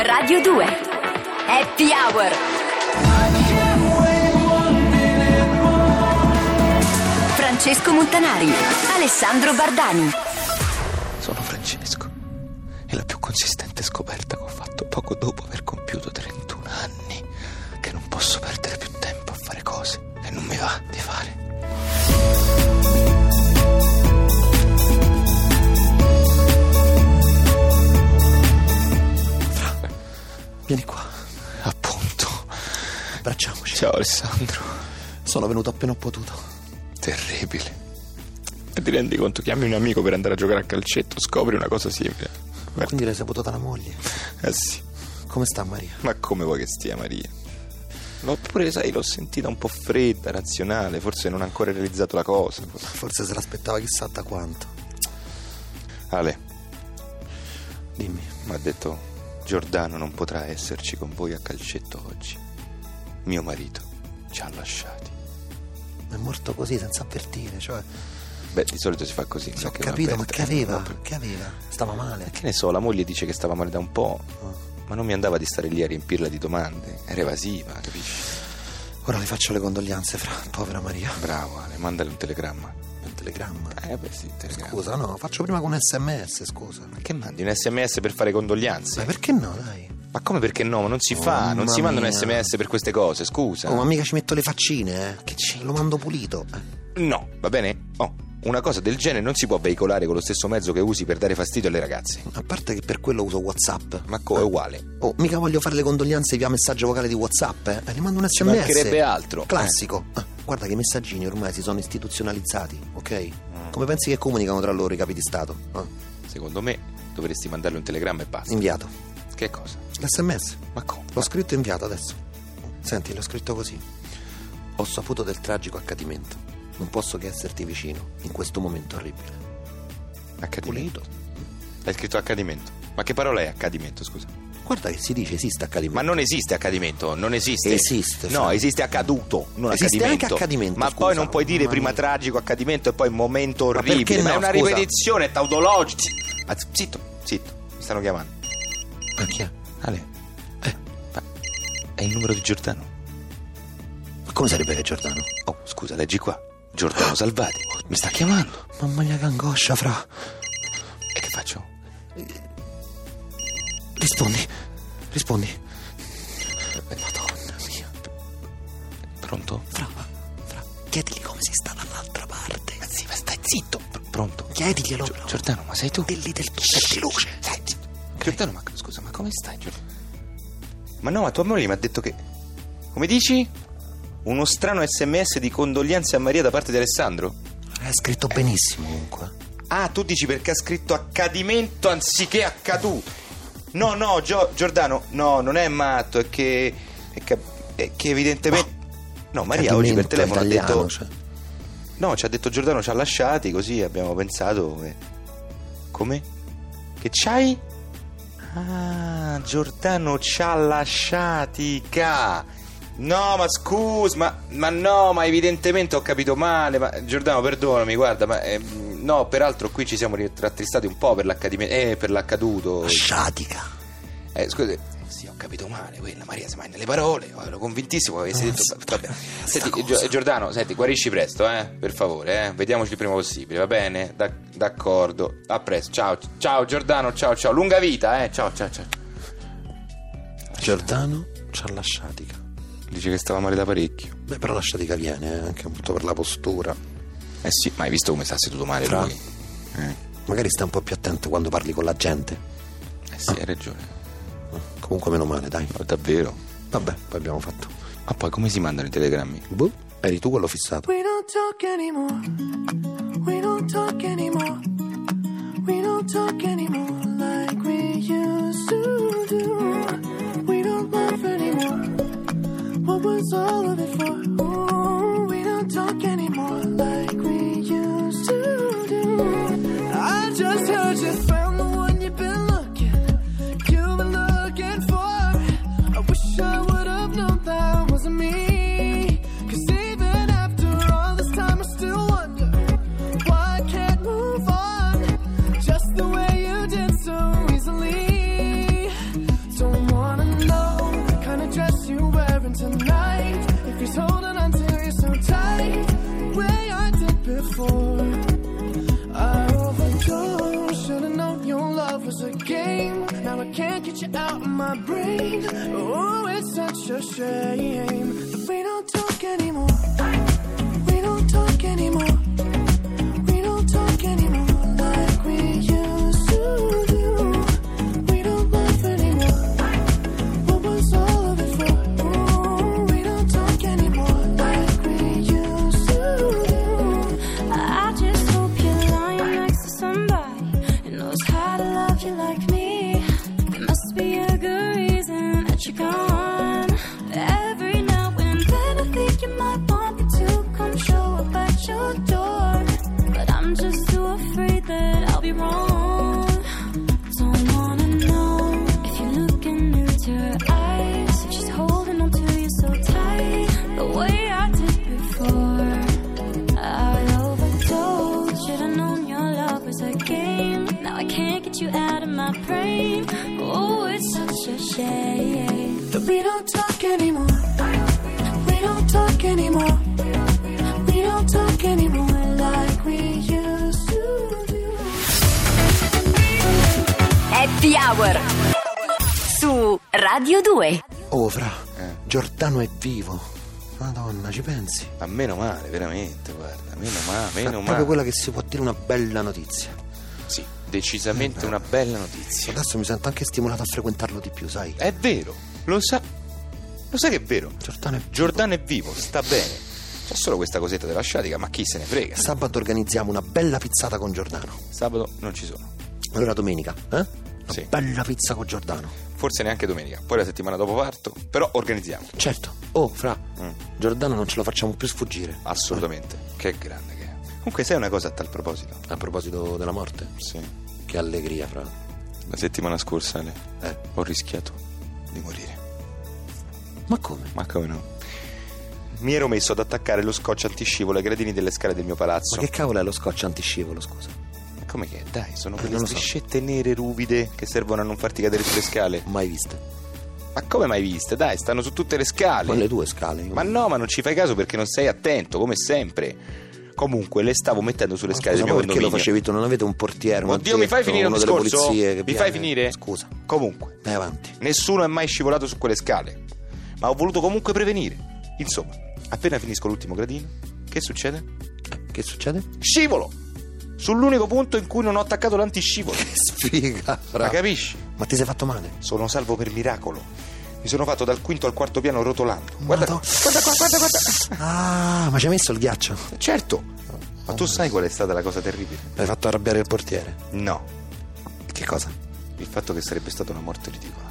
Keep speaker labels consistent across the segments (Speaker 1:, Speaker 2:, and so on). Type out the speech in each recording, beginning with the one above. Speaker 1: Radio 2 Happy Hour Francesco Montanari Alessandro Bardani
Speaker 2: Sono Francesco. È la più consistente scoperta che ho fatto poco dopo aver compiuto 31 anni. Che non posso perdere più tempo a fare cose che non mi va di fare. Fra, vieni qua. Appunto.
Speaker 3: Abbracciamoci.
Speaker 2: Ciao Alessandro.
Speaker 3: Sono venuto appena ho potuto.
Speaker 2: Terribile. E ti rendi conto, chiami un amico per andare a giocare a calcetto, scopri una cosa simile. Beh,
Speaker 3: Quindi l'hai sabotata la moglie.
Speaker 2: eh sì,
Speaker 3: Come sta Maria?
Speaker 2: ma come vuoi che stia Maria? L'ho pure, sai, l'ho sentita un po' fredda, razionale, forse non ha ancora realizzato la cosa.
Speaker 3: Forse se l'aspettava chissà da quanto.
Speaker 2: Ale,
Speaker 3: Dimmi.
Speaker 2: mi ha detto, Giordano non potrà esserci con voi a calcetto oggi. Mio marito ci ha lasciati.
Speaker 3: È morto così senza avvertire, cioè.
Speaker 2: Beh, di solito si fa così. non
Speaker 3: Ho
Speaker 2: è che uno
Speaker 3: capito, ma che
Speaker 2: avverte,
Speaker 3: aveva?
Speaker 2: proprio.
Speaker 3: Che aveva? Stava male.
Speaker 2: Che ne so, la moglie dice che stava male da un po',
Speaker 3: Ah.
Speaker 2: ma non mi andava di stare lì a riempirla di domande. Era evasiva, capisci?
Speaker 3: Ora le faccio le condoglianze, fra. Povera Maria.
Speaker 2: Bravo Ale, mandale un telegramma.
Speaker 3: Un telegramma.
Speaker 2: Eh beh sì, telegramma.
Speaker 3: Scusa, no, faccio prima con un sms, scusa.
Speaker 2: Ma che mandi un sms per fare condoglianze?
Speaker 3: Ma perché no, dai?
Speaker 2: Ma come perché no? Ma non si fa, non
Speaker 3: mamma
Speaker 2: si manda un
Speaker 3: mia.
Speaker 2: sms per queste cose, scusa.
Speaker 3: Oh, ma mica ci metto le faccine, eh.
Speaker 2: Che c'entra?
Speaker 3: Lo mando pulito. eh.
Speaker 2: No, va bene? Oh, una cosa del genere non si può veicolare con lo stesso mezzo che usi per dare fastidio alle ragazze.
Speaker 3: A parte che per quello uso WhatsApp.
Speaker 2: Ma co- è uguale.
Speaker 3: Oh, mica voglio fare le condoglianze via messaggio vocale di WhatsApp, eh? Eh, Ne mando un
Speaker 2: Ci
Speaker 3: sms.
Speaker 2: mancherebbe altro. eh.
Speaker 3: Classico. Ah, guarda che i messaggini ormai si sono istituzionalizzati, ok? Come pensi che comunicano tra loro i capi di Stato? Ah,
Speaker 2: Eh, Mm. secondo me dovresti mandarle un telegramma e basta.
Speaker 3: inviato.
Speaker 2: Che cosa?
Speaker 3: L'SMS.
Speaker 2: Ma come?
Speaker 3: L'ho scritto e inviato adesso. Senti, l'ho scritto così. Ho saputo del tragico accadimento. Non posso che esserti vicino in questo momento orribile.
Speaker 2: Accadimento. Hai scritto accadimento. Ma che parola è accadimento, scusa?
Speaker 3: Guarda che si dice esiste accadimento.
Speaker 2: Ma non esiste accadimento, non esiste.
Speaker 3: Esiste,
Speaker 2: No,
Speaker 3: Fra.
Speaker 2: esiste accaduto, non
Speaker 3: Esiste
Speaker 2: accadimento.
Speaker 3: anche accadimento,
Speaker 2: Ma
Speaker 3: scusa.
Speaker 2: poi non puoi dire
Speaker 3: Mamma
Speaker 2: prima
Speaker 3: mia.
Speaker 2: tragico accadimento e poi momento orribile.
Speaker 3: perché
Speaker 2: Ma è
Speaker 3: no,
Speaker 2: una
Speaker 3: scusa?
Speaker 2: ripetizione è tautologica. Zi- ma Zitto, zitto, mi stanno chiamando.
Speaker 3: Ah, chi è? Eh,
Speaker 2: Ale. è il numero di Giordano.
Speaker 3: Ma come sarebbe che è Giordano?
Speaker 2: Oh, scusa, leggi qua. Giordano Salvati. Mi sta chiamando.
Speaker 3: Mamma mia che angoscia, fra.
Speaker 2: E che faccio?
Speaker 3: Rispondi. Rispondi.
Speaker 2: Madonna mia. Pronto?
Speaker 3: Fra, fra. Chiedigli come si sta dall'altra parte. Ma sì, ma stai zitto.
Speaker 2: Pr- pronto?
Speaker 3: Chiediglielo.
Speaker 2: Gio- Giordano, ma sei tu?
Speaker 3: Dilli del tuo. Metti luce. Senti.
Speaker 2: Giordano, ma scusa, ma come stai, Giordano? Ma no, ma tua moglie mi ha detto che. Come dici? Uno strano sms di condoglianze a Maria da parte di Alessandro?
Speaker 3: Eh, È scritto benissimo comunque.
Speaker 2: Ah, tu dici perché ha scritto accadimento anziché accaduto. No, no, Gio- Giordano, no, non è matto, è che. è che, è che evidentemente. no, Maria oggi per
Speaker 3: Accadimento
Speaker 2: telefono ha
Speaker 3: italiano,
Speaker 2: detto.
Speaker 3: cioè.
Speaker 2: No, ci ha detto Giordano ci ha lasciati, così abbiamo pensato. che- Come? Che c'hai? Ah, Giordano ci ha lasciati, ca. No, ma scusa, ma, ma no, ma evidentemente ho capito male. Ma Giordano, perdonami, guarda, ma eh, no, peraltro qui ci siamo rattristati un po' per l'accadimento. Eh, per l'accaduto.
Speaker 3: Sciatica.
Speaker 2: Eh, scusi. Sì, ho capito male, quella Maria si mangia le parole, ero convintissimo che avessi detto. Vabbè. Senti, Gio- Giordano, senti, guarisci presto, eh, per favore, eh. Vediamoci il prima possibile, va bene? Da- d'accordo. A presto. Ciao, ciao Giordano, ciao, ciao. Lunga vita, eh. Ciao, ciao, ciao.
Speaker 3: Giordano c'ha la sciatica.
Speaker 2: Dice che stava male da parecchio.
Speaker 3: Beh, però la sciatica viene eh, anche molto per la postura.
Speaker 2: Eh sì, ma hai visto come sta seduto male
Speaker 3: Fra.
Speaker 2: lui? Eh,
Speaker 3: Magari stai un po' più attento quando parli con la gente.
Speaker 2: eh sì, hai ragione.
Speaker 3: Comunque meno male, dai.
Speaker 2: Ma Oh, davvero.
Speaker 3: Vabbè, poi abbiamo fatto.
Speaker 2: Ma poi come si mandano i telegrammi?
Speaker 3: Boh, eri tu quello fissato.
Speaker 4: We don't talk anymore. We don't talk anymore. We don't talk anymore like we used to do. We don't laugh anymore. What was all of it for? Ooh, we don't talk anymore like we used to do. I just heard you found the one you've been looking, you've been looking for. I wish I would have known that wasn't me. Cause even after all this time, I still wonder I can't get you out of my brain. Oh, it's such a shame. that We don't talk anymore. We don't talk anymore. We don't talk anymore like we used to do. We don't laugh anymore. What was all of it for? Ooh, we don't talk anymore like we used to do.
Speaker 5: I just hope you're lying next to somebody who knows how to love you like me. There must be a good reason that you're gone. Every now and then I think you might want me to come show up at your door, but I'm just too afraid that I'll be wrong. Don't wanna know if you're looking into her eyes. If she's holding on to you so tight, the way I did before. I overdosed. Should've known your love was a game. Now I can't get you out of my brain. Oh, it's such a shame.
Speaker 4: that we don't talk anymore. We don't talk anymore. We don't talk anymore like we used to do.
Speaker 1: Happy Hour su Radio 2.
Speaker 3: Oh, Fra,
Speaker 2: Eh.
Speaker 3: Giordano è vivo. Madonna, ci pensi?
Speaker 2: Ma meno male, veramente, guarda, meno male,
Speaker 3: Fra,
Speaker 2: meno male.
Speaker 3: proprio quella che si può dire una bella notizia.
Speaker 2: Sì, decisamente una bella notizia.
Speaker 3: Adesso mi sento anche stimolato a frequentarlo di più, sai?
Speaker 2: È vero, lo sa. Lo sai che è vero?
Speaker 3: Giordano è vivo.
Speaker 2: Giordano è vivo, sta bene. C'è solo questa cosetta della sciatica, ma chi se ne frega?
Speaker 3: Sabato organizziamo una bella pizzata con Giordano.
Speaker 2: Sabato non ci sono.
Speaker 3: Allora domenica, eh? Una
Speaker 2: Sì.
Speaker 3: bella pizza con Giordano.
Speaker 2: Forse neanche domenica, poi la settimana dopo parto, però organizziamo.
Speaker 3: Certo. Oh, Fra,
Speaker 2: Mm.
Speaker 3: Giordano non ce lo facciamo più sfuggire.
Speaker 2: Assolutamente. Che grande che è. Comunque sai una cosa a tal proposito?
Speaker 3: A proposito della morte,
Speaker 2: Sì.
Speaker 3: che allegria, Fra.
Speaker 2: La settimana scorsa Ale,
Speaker 3: Eh.
Speaker 2: ho rischiato di morire.
Speaker 3: Ma come?
Speaker 2: Ma come no? Mi ero messo ad attaccare lo scotch antiscivolo ai gradini delle scale del mio palazzo.
Speaker 3: Ma che cavolo è lo scotch antiscivolo, scusa?
Speaker 2: Come che? è? Dai, sono
Speaker 3: Eh,
Speaker 2: quelle
Speaker 3: non lo so.
Speaker 2: striscette nere ruvide che servono a non farti cadere sulle scale.
Speaker 3: Mai viste.
Speaker 2: Ma come mai viste? Dai, stanno su tutte le scale.
Speaker 3: Con le tue scale. io-
Speaker 2: Ma no, ma non ci fai caso perché non sei attento, come sempre. Comunque, le stavo mettendo sulle
Speaker 3: Ma
Speaker 2: scale
Speaker 3: scusa,
Speaker 2: del
Speaker 3: ma
Speaker 2: mio
Speaker 3: perché lo
Speaker 2: condominio.
Speaker 3: facevi tu? Non avete un portiere? un
Speaker 2: Oddio, mi fai
Speaker 3: addetto,
Speaker 2: finire un
Speaker 3: uno delle
Speaker 2: discorso?
Speaker 3: polizie che
Speaker 2: mi
Speaker 3: viene?
Speaker 2: fai finire?
Speaker 3: Scusa,
Speaker 2: Comunque,
Speaker 3: vai avanti.
Speaker 2: nessuno è mai scivolato su quelle scale. Ma ho voluto comunque prevenire. Insomma, appena finisco l'ultimo gradino, che succede?
Speaker 3: Che succede?
Speaker 2: Scivolo! Sull'unico punto in cui non ho attaccato l'antiscivolo.
Speaker 3: Sfiga, fra.
Speaker 2: Ma capisci?
Speaker 3: Ma ti sei fatto male?
Speaker 2: Sono salvo per miracolo. Mi sono fatto dal quinto al quarto piano rotolando. Guarda,
Speaker 3: Madonna.
Speaker 2: guarda qua, guarda, guarda.
Speaker 3: Ah, ma ci hai messo il ghiaccio?
Speaker 2: Certo. Ma tu sai qual è stata la cosa terribile?
Speaker 3: Hai fatto arrabbiare il portiere.
Speaker 2: No.
Speaker 3: Che cosa?
Speaker 2: Il fatto che sarebbe stata una morte ridicola.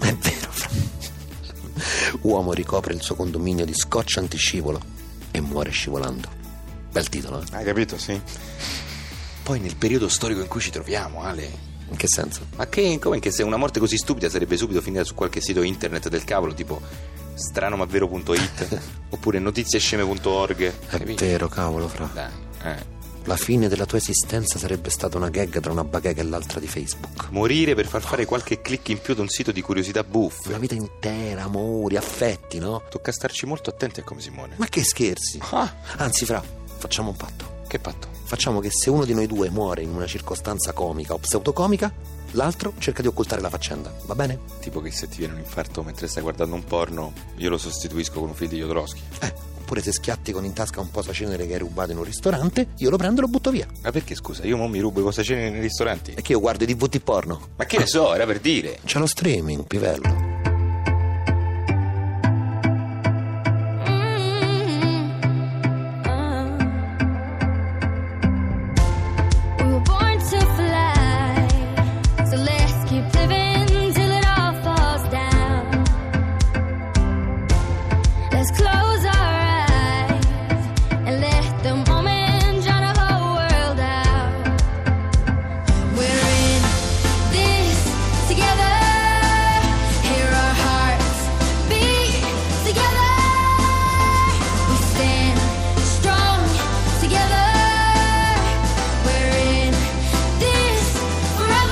Speaker 3: È vero, fra. Uomo ricopre il suo condominio di scotch antiscivolo e muore scivolando. Bel titolo, eh?
Speaker 2: Hai capito, sì? Poi nel periodo storico in cui ci troviamo, Ale.
Speaker 3: In che senso?
Speaker 2: Ma che, come che se una morte così stupida sarebbe subito finita su qualche sito internet del cavolo, tipo stranomavvero.it oppure notiziesceme.org.
Speaker 3: È
Speaker 2: Capito?
Speaker 3: vero, cavolo, fra.
Speaker 2: Dai, eh.
Speaker 3: La fine della tua esistenza sarebbe stata una gag tra una baghega e l'altra di Facebook.
Speaker 2: Morire per far fare qualche click in più da un sito di curiosità buffe.
Speaker 3: Una vita intera, amori, affetti, no?
Speaker 2: Tocca starci molto attenti a come si muore.
Speaker 3: Ma che scherzi?
Speaker 2: Ah,
Speaker 3: Anzi, fra, facciamo un patto.
Speaker 2: che patto?
Speaker 3: Facciamo che se uno di noi due muore in una circostanza comica o pseudocomica, l'altro cerca di occultare la faccenda, va bene?
Speaker 2: Tipo che se ti viene un infarto mentre stai guardando un porno, io lo sostituisco con un film di Jodorowsky.
Speaker 3: Eh, oppure se schiatti con in tasca un posacenere che hai rubato in un ristorante, io lo prendo e lo butto via.
Speaker 2: Ma perché scusa, io mo mi rubo i posaceneri nei ristoranti?
Speaker 3: E che io guardo i DVD porno.
Speaker 2: Ma che ne so, era per dire.
Speaker 3: C'è lo streaming, pivello.
Speaker 5: We were born to fly, so let's keep living till it all falls down. Let's close our eyes and let the moment drown the whole world out. We're in this together. Hear our hearts beat together. We stand strong together. We're in this forever.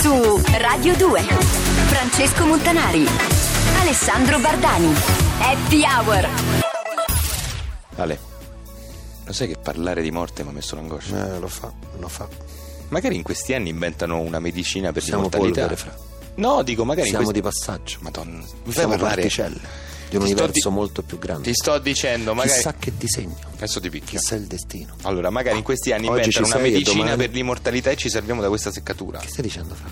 Speaker 1: Su Radio 2. Francesco Montanari. Alessandro Bardani. Happy Hour.
Speaker 2: Ale, lo sai che parlare di morte mi ha messo l'angoscia?
Speaker 3: Eh, lo fa, lo fa.
Speaker 2: Magari in questi anni inventano una medicina per
Speaker 3: Siamo
Speaker 2: l'immortalità.
Speaker 3: polvere, fra.
Speaker 2: No, dico magari
Speaker 3: Siamo
Speaker 2: in
Speaker 3: di
Speaker 2: questi... Cioè,
Speaker 3: passaggio.
Speaker 2: Madonna, mi fai
Speaker 3: Siamo
Speaker 2: parlare.
Speaker 3: particelle di un
Speaker 2: Ti sto
Speaker 3: universo
Speaker 2: di-
Speaker 3: molto più grande.
Speaker 2: Ti sto dicendo, magari...
Speaker 3: Chissà che disegno,
Speaker 2: Adesso ti picchio.
Speaker 3: chissà il destino.
Speaker 2: Allora, magari in questi anni
Speaker 3: Oggi
Speaker 2: inventano
Speaker 3: ci
Speaker 2: una
Speaker 3: sei e
Speaker 2: medicina
Speaker 3: domani-
Speaker 2: per l'immortalità e ci salviamo da questa seccatura.
Speaker 3: Che stai dicendo, Fra?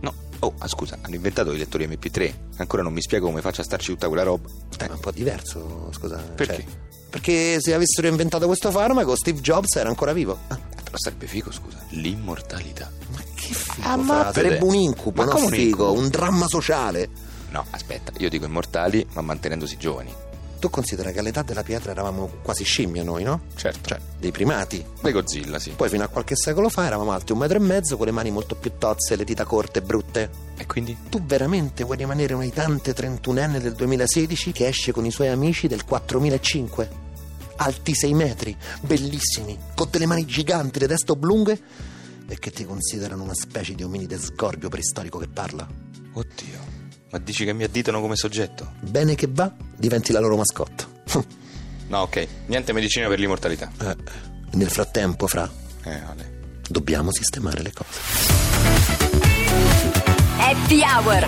Speaker 2: No. Oh, ah, scusa, hanno inventato i lettori MP3. Ancora non mi spiego come faccia a starci tutta quella roba.
Speaker 3: Eh, ma è un po' diverso, scusa.
Speaker 2: Perché?
Speaker 3: cioè, perché se avessero inventato questo farmaco, Steve Jobs era ancora vivo. Ah,
Speaker 2: Eh, Però sarebbe figo, scusa. L'immortalità.
Speaker 3: ma che figo,
Speaker 2: Ah, ma
Speaker 3: Fra,
Speaker 2: vede.
Speaker 3: sarebbe un incubo,
Speaker 2: Ma
Speaker 3: no,
Speaker 2: come un
Speaker 3: figo,
Speaker 2: incubo?
Speaker 3: un dramma sociale.
Speaker 2: No, aspetta, io dico immortali, ma mantenendosi giovani.
Speaker 3: Tu considera che all'età della pietra eravamo quasi scimmie noi, no?
Speaker 2: Certo.
Speaker 3: Cioè, dei primati.
Speaker 2: Le Godzilla, sì.
Speaker 3: Poi fino a qualche secolo fa eravamo alti un metro e mezzo con le mani molto più tozze, le dita corte e brutte.
Speaker 2: E quindi?
Speaker 3: Tu veramente vuoi rimanere una di tante 31enne del 2016 che esce con i suoi amici del 4005? Alti 6 metri, bellissimi, con delle mani giganti, le teste oblunghe e che ti considerano una specie di ominide sgorbio preistorico che parla.
Speaker 2: Oddio. Ma dici che mi additano come soggetto?
Speaker 3: Bene che va, diventi la loro mascotte.
Speaker 2: No, ok. Niente medicina per l'immortalità.
Speaker 3: Eh, Nel frattempo, fra,
Speaker 2: Eh, Ale.
Speaker 3: dobbiamo sistemare le cose.
Speaker 1: Happy Hour.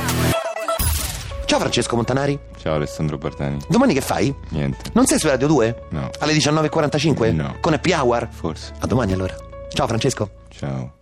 Speaker 3: Ciao Francesco Montanari,
Speaker 6: Ciao Alessandro Bartani.
Speaker 3: domani che fai?
Speaker 6: Niente.
Speaker 3: Non sei su Radio 2?
Speaker 6: No.
Speaker 3: Alle 19.45?
Speaker 6: No.
Speaker 3: Con Happy Hour?
Speaker 6: Forse.
Speaker 3: A domani allora. Ciao Francesco.
Speaker 6: Ciao.